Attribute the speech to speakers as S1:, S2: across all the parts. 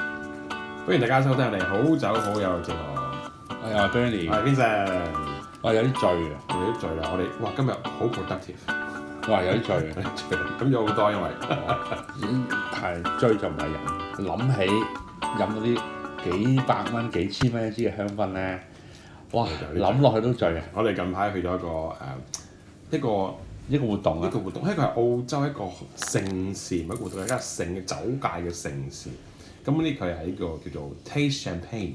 S1: 歡迎大家收聽我哋好酒好友節目，
S2: 係啊
S1: 我
S2: ，Bernie，
S1: 係 Vincent，
S2: 我有啲醉啊，
S1: 我哋都醉啦，我哋哇今日好 productive，
S2: 我係有啲醉啊，
S1: 醉啦咁有好多因為
S2: 但係醉就唔係人。諗起飲嗰啲幾百蚊、幾千蚊一支嘅香檳咧，哇！
S1: 有啲醉
S2: 諗落去都醉啊！
S1: 我哋近排去咗一個呃誒、一個
S2: 呢個活動
S1: 一
S2: 啊，
S1: 個活動，一個係澳洲一個盛事，唔係一個活動，係一個盛嘅酒界嘅盛事。咁呢佢係一個叫做 Taste Champagne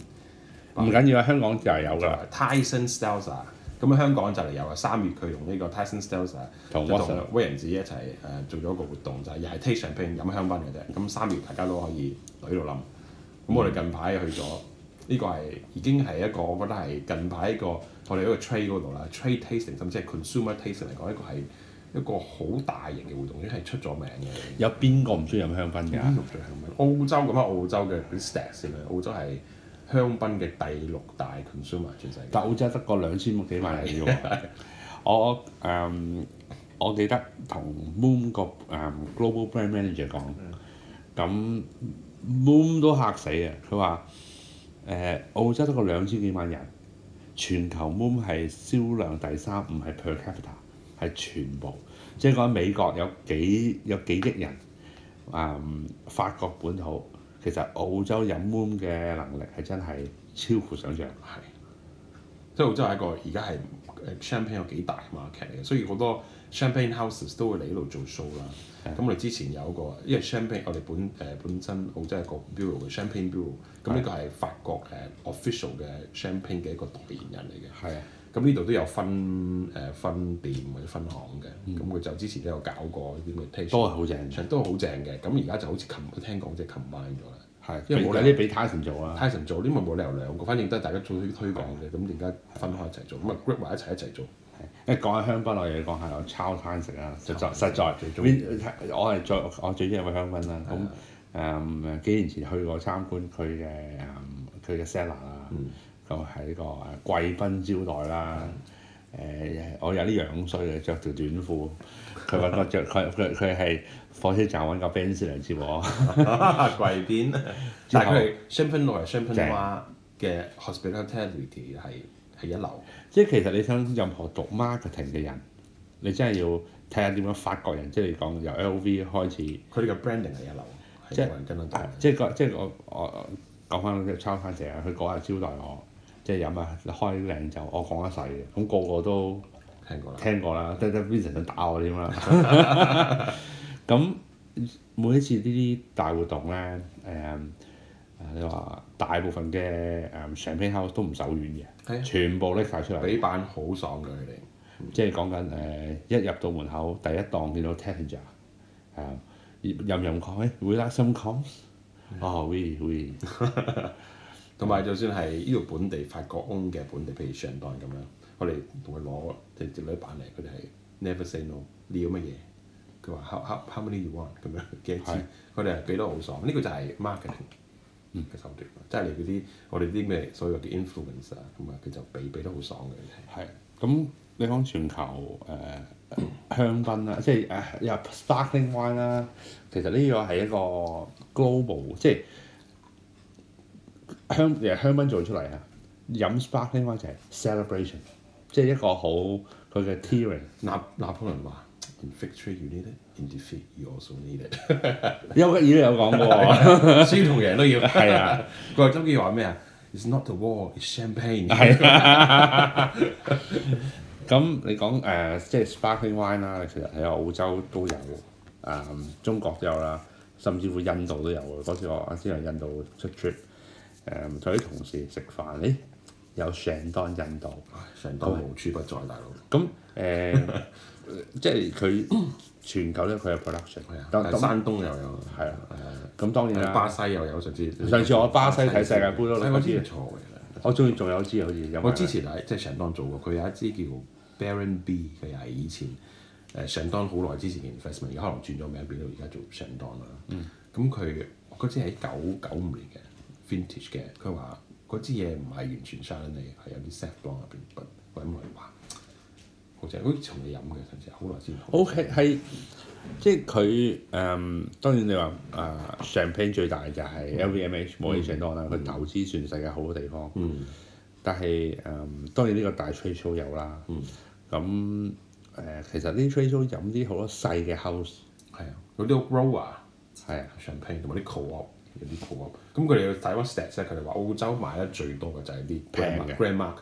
S2: 唔緊要啊，香港就係有噶啦，
S1: Tyson Stelza。咁喺香港就嚟有啊，三月佢用呢個 Tyson Stelza
S2: 同
S1: 就
S2: Watson
S1: 同威人子一齊誒、呃做咗一個活動，就係又係 Taste Champagne 飲香檳嘅啫。咁三月大家都可以懟到冧。咁我哋近排去咗，呢、個係已經係一個我覺得係近排一個我哋一個 trade 嗰度啦，trade tasting 甚至係 consumer tasting 嚟講，呢個係一個好大型嘅活動，已經係出咗名嘅。
S2: 有邊個唔中意飲香檳㗎？
S1: 呢個最香檳。澳洲咁啊，澳洲嘅嗰啲 stats 先啦，澳洲係香檳嘅第六大 consumer 全世界
S2: 但。澳洲得個兩千幾萬人啫喎。我誒、嗯我記得同 Moon 個誒、Global 嗯 Brand Manager 講，咁 Moon 都嚇死啊！佢話誒澳洲得個兩千幾萬人，全球 Moon 係銷量第三，唔係 per capita，係全部。即係講美國有幾有幾億人，誒、嗯法國本土，其實澳洲飲 Moon 嘅能力係真係超乎想象。
S1: 係，即係澳洲係一個而家係誒 champagne 有幾大嘅 market 嚟嘅，所以好多 champagne houses 都會嚟呢度做 show 啦。咁我哋之前有一個，因為 champagne 我哋本誒、呃本身澳洲係一個 bureau 嘅 champagne bureau，咁呢個係法國誒、呃 official 嘅 champagne 嘅一個代言人嚟嘅。
S2: 係啊。
S1: 咁呢度都有分誒、呃分店或者分行嘅，咁佢、就之前都有搞過呢啲嘅 taste
S2: 都係好正，
S1: 場都好正嘅，咁而家就好似琴聽講即係 combine 咗啦。
S2: 係
S1: 因為冇
S2: 俾
S1: 理
S2: 啲俾 Tyson 做啊，
S1: Tyson 做呢咪冇理由兩個，反正都係大家做推推廣嘅，咁點解分開一齊做？咁啊 group 埋一齊一齊做，
S2: 因為講起香檳，我又要講下我抄 Tyson 啊，實在實在
S1: 最中意
S2: Vin- 我係最我最中意飲香檳啦。咁誒幾年前去過參觀佢嘅誒佢嘅 cellar 啦，咁係呢個誒貴賓招待啦。誒我有啲樣衰啊嘅，着條短褲，佢揾個着佢佢佢係火車站揾個 Benz 嚟接 我。
S1: 貴 邊？但係
S2: 之
S1: 佢
S2: 後
S1: Champagne 內 Champagne
S2: 正
S1: 話嘅 hospitality 係係一流，
S2: 即係其實你想任何讀 marketing 嘅人，你真係要睇下點樣法國人，即係你講由 LV 開始，
S1: 佢哋嘅 branding 係一流，係
S2: 即
S1: 冇
S2: 係
S1: 人跟得到
S2: 啊。即係個即係我我講翻即係抄翻成日，佢嗰日招待我，即係飲啊開靚酒，我講一世嘅，咁個個都
S1: 聽過啦，
S2: 聽過啦，得得 Vincent 想打我添啦。 咁每一次呢啲大活動咧，誒、誒你話大部分嘅誒上片 house 都唔手軟
S1: 係啊
S2: 嘅，全部拎晒出嚟。
S1: 俾版好爽嘅佢哋。
S2: 即係講緊誒，一入到門口第一檔見到 Tanger，誒任任講，誒 w e like some comes，哦，we we
S1: 同埋就算係呢度本地法國 own 嘅本地，譬如 c h a m p a n 咁樣，我哋同佢攞直接攞版嚟，佢哋係 never say no，你要乜嘢？佢話 how how how many you want 咁樣 幾多支
S2: 係？
S1: 佢哋係俾得好爽，呢、個就係 marketing 嘅手段，即係你嗰啲我哋啲咩所謂嘅 influence 啊，咁啊佢就俾俾得好爽嘅。
S2: 係咁。你講全球誒、香檳啦，即係誒又 sparkling wine 啦，其實呢個係一個 global，即係香其實香檳做出嚟啊，飲 sparkling wine 就係 celebration，即係一個好佢嘅 tearing。
S1: 拿拿破崙話：In victory you need it, in defeat you also need it。
S2: 丘吉爾都有講過。
S1: 輸同贏都要。
S2: 係啊，
S1: 佢話周記話咩啊？It's not the war, it's champagne。
S2: 咁你講誒、呃即係 sparkling wine 啦，其實喺澳洲都有，誒、中國都有啦，甚至乎印度都有嘅。嗰次我啱先去印度出 trip，誒同啲同事食飯，誒有 s h a n d o n 印度，
S1: 成都無處不在，大佬。
S2: 咁誒、呃 即係佢全球咧佢有 production，
S1: 係啊，
S2: 但
S1: 但係
S2: 咁
S1: 山東又有，
S2: 係啊，咁當然
S1: 誒
S2: 啦，
S1: 巴西又有，甚至
S2: 上次我巴西睇世界盃都
S1: 西
S2: 攞
S1: 嗰
S2: 咗
S1: 支
S2: 支
S1: 唔錯嘅。
S2: 我中意仲有支好似有
S1: 我之前喺即係上當做過，佢有一支叫 Baron B，佢又係以前誒上當好耐之前嘅 investment，而家可能轉咗名變到而家做上當啦。咁佢嗰支係九九五年嘅 vintage 嘅，佢話嗰支嘢唔係完全 s h i n 係有啲 s a f l o n 入邊，我咁嚟話好好似係好似同你飲嘅上次，好耐之前。
S2: 好係係，即係佢誒，當然你話誒 champagne 最大就係 LVMH 冇嘢上多啦，佢投資全世界好多地方。
S1: 嗯
S2: 但係誒、嗯，當然呢個大 trade show 有啦。
S1: 嗯
S2: 咁誒、其實呢 trade show 飲啲好多細嘅 house
S1: 係啊，有啲 grower
S2: 係啊，
S1: champagne 同埋啲 co-op 有啲 co-op，咁佢哋睇翻 stats 咧，佢哋話澳洲買得最多嘅就係啲
S2: 平
S1: grand
S2: 嘅
S1: grand mark。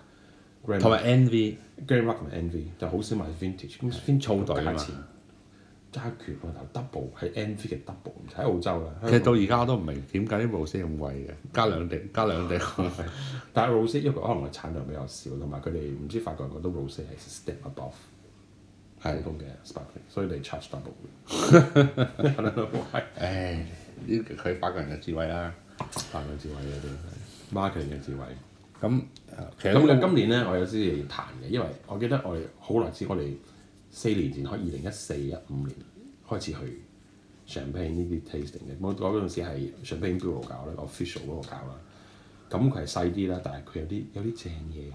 S1: grand
S2: 同埋 NV
S1: Grand Rock 同 NV 就好少買 vintage，咁 vintage
S2: 粗隊啊
S1: 價
S2: 嘛
S1: 錢揸拳個頭 double 喺 NV 嘅 double，唔使澳洲啦。
S2: 其實到而家我都唔明點解啲 rose 咁貴嘅，加兩滴加兩滴。
S1: 係但係 rose 因為可能係產量比較少，同埋佢哋唔知法國人覺得 rose 係 step above 普通嘅 sparkling，所以你 charge double 嘅。I don't know why
S2: 誒，呢個佢法國人嘅智慧啦。
S1: 法國智慧嘅真係 marketing 嘅智慧。
S2: 咁誒其實
S1: 咁
S2: 呢
S1: 嘅
S2: 個
S1: 今年咧，我有啲嘢要彈嘅，因為我記得我哋好耐之前，我哋四年前開二零一四一五年開始去 champagne 呢啲 tasting 嘅。我嗰陣時係 champagne bureau 搞咧，official 嗰個搞啦。咁佢係細啲啦，但係佢有啲有啲正嘢飲。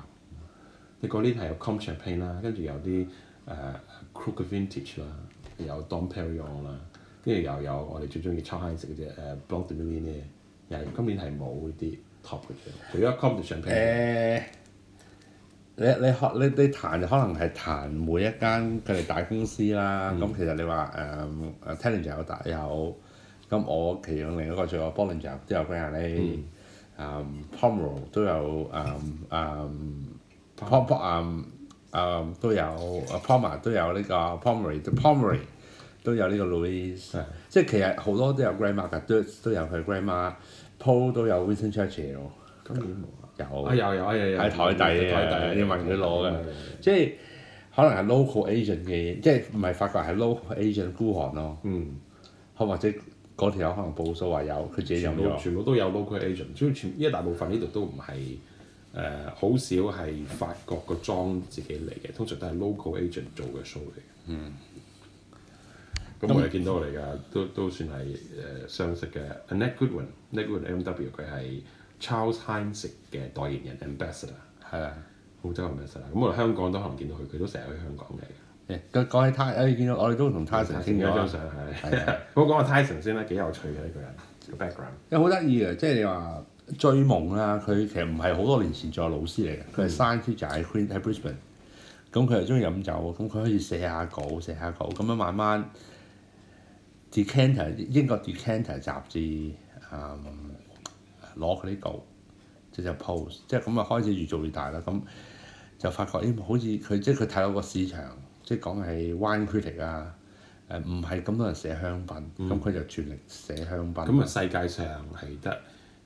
S1: 你嗰年係有 com champagne 啦，跟住有啲誒 c r o o k vintage 啦，有 Dom Perignon 啦，跟住又有我哋最中意 Charles 食嗰只誒 Blanc de Meunier，又係今年係冇呢啲 top 嘅嘢，除咗 com champagne。
S2: 誒，呃你你學你你彈就可能係彈每一間佢哋大公司啦。咁其實你話誒誒 t e l l i n g 有大有，咁我其中另一個仲有 b o l l i n g e r 都有 Grand a l l e 誒 Pomerol 都有誒誒 Pom Pom 誒誒都有 Pomer 都有呢個 Pomery Pomery 都有呢個 Louis。
S1: 係
S2: 即係其實好多都有 grandma 㗎，都都有佢 grandma。Paul 都有 Winston Churchill，
S1: 今年冇啊！啊
S2: 有，
S1: 有有有有
S2: 喺台底啊
S1: 台底
S2: 你問佢攞嘅
S1: 嘅。
S2: 即係可能係 local agent 嘅嘢，即係唔係法國係 local agent 孤寒咯，
S1: 嗯，
S2: 好或者嗰條友可能報數話有，佢自己飲
S1: 全部
S2: 咗。
S1: 全部都有 local agent，所以全因為大部分呢度都唔係誒，好少係法國個莊自己嚟嘅，通常都係 local agent 做嘅 show 嚟嘅。嗯。咁我哋見到嚟㗎，都都算係誒相識嘅。Annette Goodwin，Annette Goodwin MW 佢係 Charles Heinz 嘅代言人 ambassador，
S2: 係啊，
S1: 澳洲 ambassador。咁我哋香港都可能見到佢，佢都成日去香港嚟嘅。
S2: 誒講講起 t 誒見到我哋都同 Tyson 傾
S1: 一
S2: 咗啊
S1: 張
S2: 啦，
S1: 相係。好講下 Tyson 先啦，幾有趣嘅呢個人個 background。
S2: 因為好得意啊嘅，即係你話追夢啦，佢其實唔係好多年前仲有老師嚟嘅，佢係 scientist 就喺 Queen 喺 Brisbane，咁佢又中意飲酒，咁佢可以寫下稿寫下稿，咁樣慢慢 Decanter 英國 Decanter 雜誌嗯攞佢啲稿，即就 post，即係咁啊開始越做越大啦，咁就發覺咦好似佢即係佢睇到個市場，即係講係 wine critic 啊。誒唔係咁多人寫香檳，咁佢、就全力寫香檳。
S1: 咁啊，世界上係得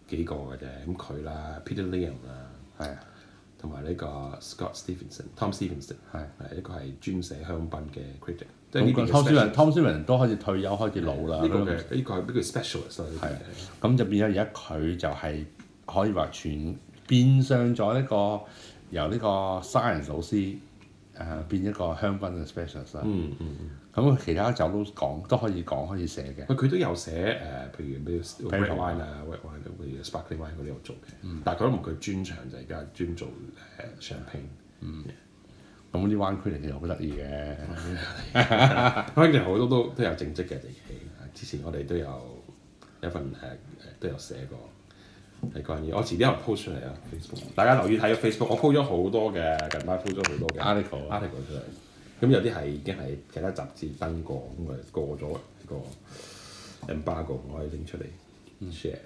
S1: 幾個嘅啫，咁佢啦，Peter Liam 啦，
S2: 係啊，
S1: 同埋呢個 Scott Stevenson，Tom Stevenson
S2: 係。
S1: 係一個係專寫香檳嘅 critic，即係呢邊
S2: 咁個
S1: 嘅
S2: Tom Stevens
S1: specialist
S2: Tom Stevens 都開始退休，開始老啦。
S1: 呢個嘅呢個係呢個 specialist 啦，呢啲
S2: 係
S1: 嘅
S2: 咁就變咗而家佢就係可以話全變相咗一個由呢個 science 老師誒、呃、變一個香檳嘅 specialist 啦。
S1: 嗯嗯嗯，
S2: 咁、其他酒都講都可以講可以寫嘅。
S1: 喂佢都有寫誒，譬如咩 red
S2: Barrel
S1: wine 啊，red wine 譬如 sparkling wine 佢都有做嘅，
S2: 嗯
S1: 但係佢都唔係佢專長就係而家專做誒 champagne。
S2: 咁啲灣區嚟其實好得意嘅。
S1: 香港好多都都有正職嘅地氣，之前我哋都有一份誒誒、都有寫過係關於我遲啲有 post 出嚟啊 Facebook，大家留意睇個 Facebook，我 po 咗好多嘅，近排 po 咗好多嘅
S2: Article 啊
S1: article 出嚟，咁有啲係已經係其他雜誌登過，咁我哋過咗個 embargo，我可以拎出嚟 share。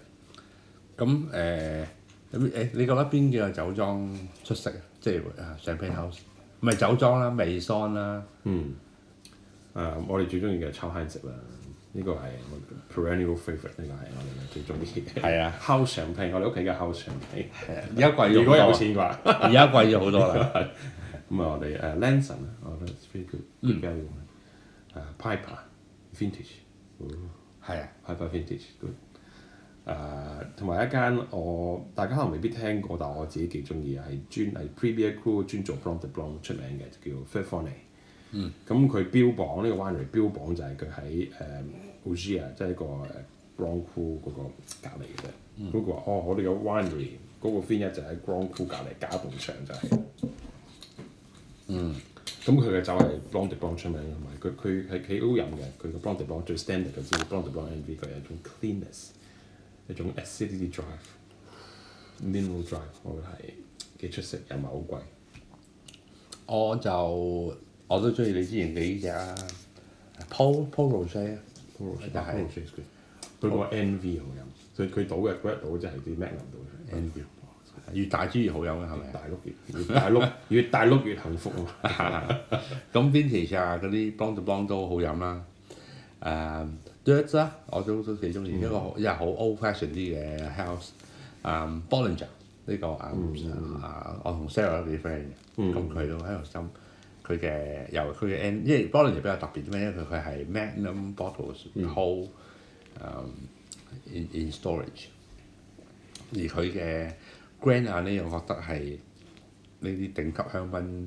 S2: 咁誒咁誒，你覺得邊幾個酒莊出色啊？即係誒 Champagne House，唔係酒莊啦，美桑啦，
S1: 嗯，誒、我哋最中意嘅炒蝦食啦，呢、個係我 perennial favourite，呢個係我哋最中意嘅。
S2: 係啊
S1: ，house champagne，我哋屋企嘅 house champagne。
S2: 而家貴咗好多。
S1: 如果有錢嘅話，咁啊
S2: 而家貴咗好多啦。
S1: 我哋誒 Lanson 啊，我覺得 pretty good good 啊 value 誒 Piper vintage，
S2: 係啊，
S1: Piper vintage good 誒，啊同埋一間我大家可能未必聽過，但我自己幾中意啊，係專係 Premier Crew 專做 Blanc de Blanc 出名嘅，就叫 f i r f o n e 嗯，咁佢標榜呢個 winery 標榜就係佢喺誒 o g i a 即係一個誒 Grand Cru 嗰個隔離嘅啫。咁佢話：哦，我哋嘅 winery 嗰個 vineyard 就喺 Grand Cru 隔離，隔一埲牆就係。咁佢嘅酒係 Blanc de Blanc 出名同埋佢佢係幾好飲嘅，佢個 Blanc de Blanc 最 standard 嘅招 Blanc de Blanc NV 佢係一種 cleanness，一種 acidity drive、mineral drive，我覺得係幾出色，又唔係好貴。
S2: 我就我都中意你之前你只啊，Paul Paul Rose 啊，
S1: Polo
S2: 但係
S1: Polo Shakes 佢個 NV 好飲，佢佢倒嘅佢一倒即係啲 Magnum 倒出嚟 NV，
S2: 越大支越好飲嘅係咪啊？
S1: 大碌越越大碌越大碌越幸福啊嘛！
S2: 咁 Vintage 啊嗰啲 Blanc de Blanc 都好飲啦。誒 Dirt 啦，我都都幾中意，一個好一係好 old fashion 啲嘅 house。誒 Bollinger 呢個啊啊，我同 Sarah 都幾 friend 嘅，咁佢都喺度心佢嘅由佢嘅 end，因為 Bollinger 比較特別啲咩？因為佢佢係 Magnum bottles whole 誒 in in storage，而佢嘅 Grand a n 呢，我覺得係呢啲頂級香檳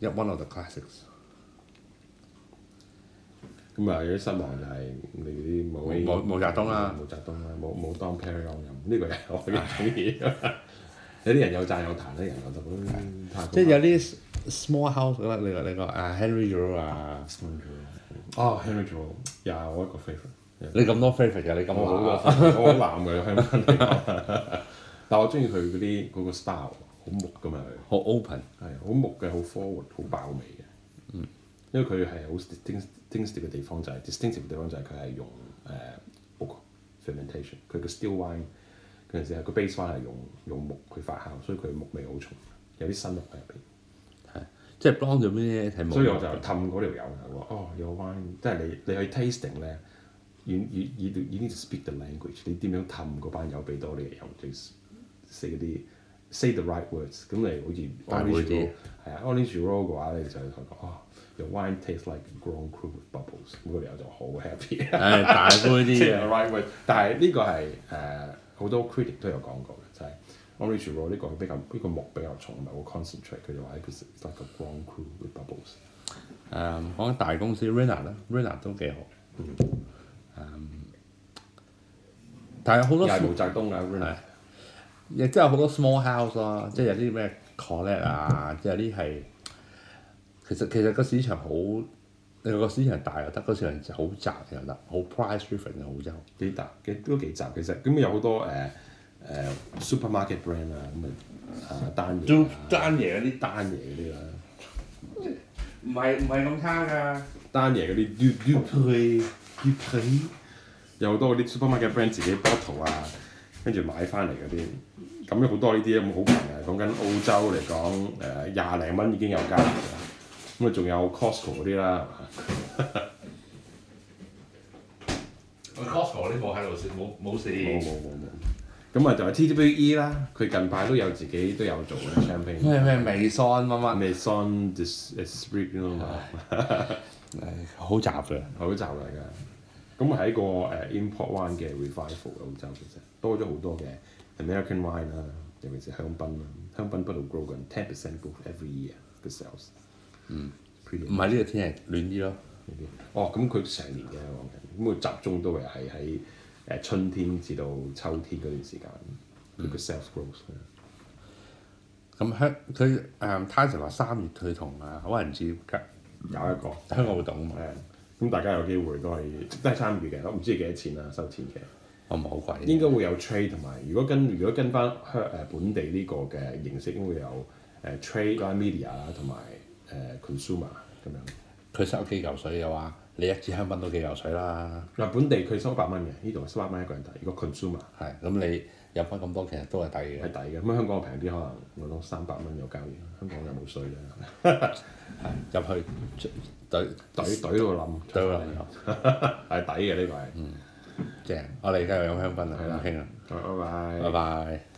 S2: 一 one of the classics。
S1: 咁啊有啲失望就係你啲冇
S2: 冇毛澤東啦
S1: 冇澤東啦，冇冇當 Perignon 飲呢個係我嘅中意。 有啲人有讚有彈，有啲人覺得嗯太
S2: 即係有啲 small house 啦，你個你個啊 Henry Giroux 啊，
S1: 哦 Henry j o 又係我一個 favorite。
S2: 你咁多 favourite 嘅，你咁
S1: 我好
S2: 多
S1: 我好男嘅香檳嚟講， 但我中意佢嗰啲嗰個 style 好木㗎嘛佢。
S2: 好 open，
S1: 係啊好木嘅，好 forward，好爆味嘅。因為佢係好 distinct- distinctive 嘅地方就係、distinctive 嘅地方就係佢係用誒木 fermentation，佢嘅 still wine 嗰陣時係個 base wine 係用用木去發酵，所以佢木味好重，有啲新木喺入邊。
S2: 係即係 blonde 做咩係冇。
S1: 所以我就氹嗰條友係話：哦，有 wine，即係你你去 tasting 咧。You, you, you, do- you need to speak the language。你點樣氹嗰班友俾多你嘅友最 say 嗰啲 say the right words。咁你好
S2: 大
S1: 似
S2: 會
S1: orange
S2: 啲
S1: roll 係啊，orange roll 嘅話咧，你就同佢講哦，your wine tastes like grown crew with bubbles。咁嗰條友就好 happy。
S2: 誒大杯 啲
S1: say the
S2: 嘅，
S1: right word。但係呢個係誒好多 critic 都有講過嘅，就係、orange roll 呢個比較呢、個木比較重，唔係好 concentrate。佢就話 it's like a grown crew with bubbles。
S2: 誒嗯講大公司 Rena 啦，Rena 都幾好。嗯誒，但係好
S1: 又
S2: 多
S1: 係
S2: small-
S1: 毛澤東啊 r e n
S2: 係亦都有好多 small house 啦，即係有啲咩 collect 啊，即係有啲係其實其實個市場好，你個市場大又得，個市場好窄又得，好 price driven 嘅澳洲。
S1: 幾集幾都幾集其實，咁有好多誒誒、呃 supermarket brand 啊，咁啊啊單嘢啊
S2: 單嘢嗰啲
S1: 單嘢嗰啲啦，
S2: 唔係唔係咁差㗎。
S1: 單嘢嗰啲 du du prix du prix，有好多嗰啲 supermarket brand 自己 bottle 啊，跟住買翻嚟嗰啲，咁有好多呢啲咁好平啊，講緊澳洲嚟講誒廿零蚊已經有加拿啦，咁啊仲有 Costco 嗰啲啦，
S2: Costco 呢個喺度食冇冇事。
S1: 係嘛冇冇冇冇，咁啊就係 TWE 啦，佢近排都有自己都有做嘅 champagne。
S2: 咩咩微信乜乜，
S1: Maison dis esprit 咯嘛，
S2: 好雜嘅。
S1: 好就嚟㗎。咁係一個誒 import wine 嘅 revival 嘅澳洲其實多咗好多嘅 American wine 啦，尤其是香檳啦，香檳不斷 grow 緊，ten percent growth every year 嘅 sales。嗯
S2: 唔係呢個天係暖啲咯。
S1: 呢啲哦，咁佢成年嘅講緊，咁佢集中都係係喺誒春天至到秋天嗰段時間，佢嘅 sales growth 啦。
S2: 咁香佢誒 t y s 話三月佢同啊可能接
S1: 有一個
S2: 香港活動啊嘛，
S1: 誒，咁大家有機會都係都係參與嘅，我唔知幾多錢啦，收錢嘅。
S2: 我唔係好貴。
S1: 應該會有 trade 同埋，如果跟如果跟翻香誒本地呢個嘅形式，應該會有誒 trade 啦、media 啦同埋誒呃 consumer 咁樣。
S2: 佢收幾嚿水嘅話，你一支香檳都幾嚿水啦。
S1: 嗱，本地佢收八蚊嘅，呢度收八蚊一個人睇。如果 consumer
S2: 係咁你飲翻咁多，其實都係抵
S1: 係
S2: 嘅。
S1: 抵嘅，咁香港平啲，可能我攞三百蚊有交易，香港又冇税咧，
S2: 入去對
S1: 懟懟到冧，
S2: 對落嚟咯，
S1: 係抵嘅呢個係。
S2: 正。我哋而家又飲香檳啦，
S1: 係
S2: 唔
S1: 啦
S2: 傾啦，
S1: 好拜拜
S2: 拜。拜。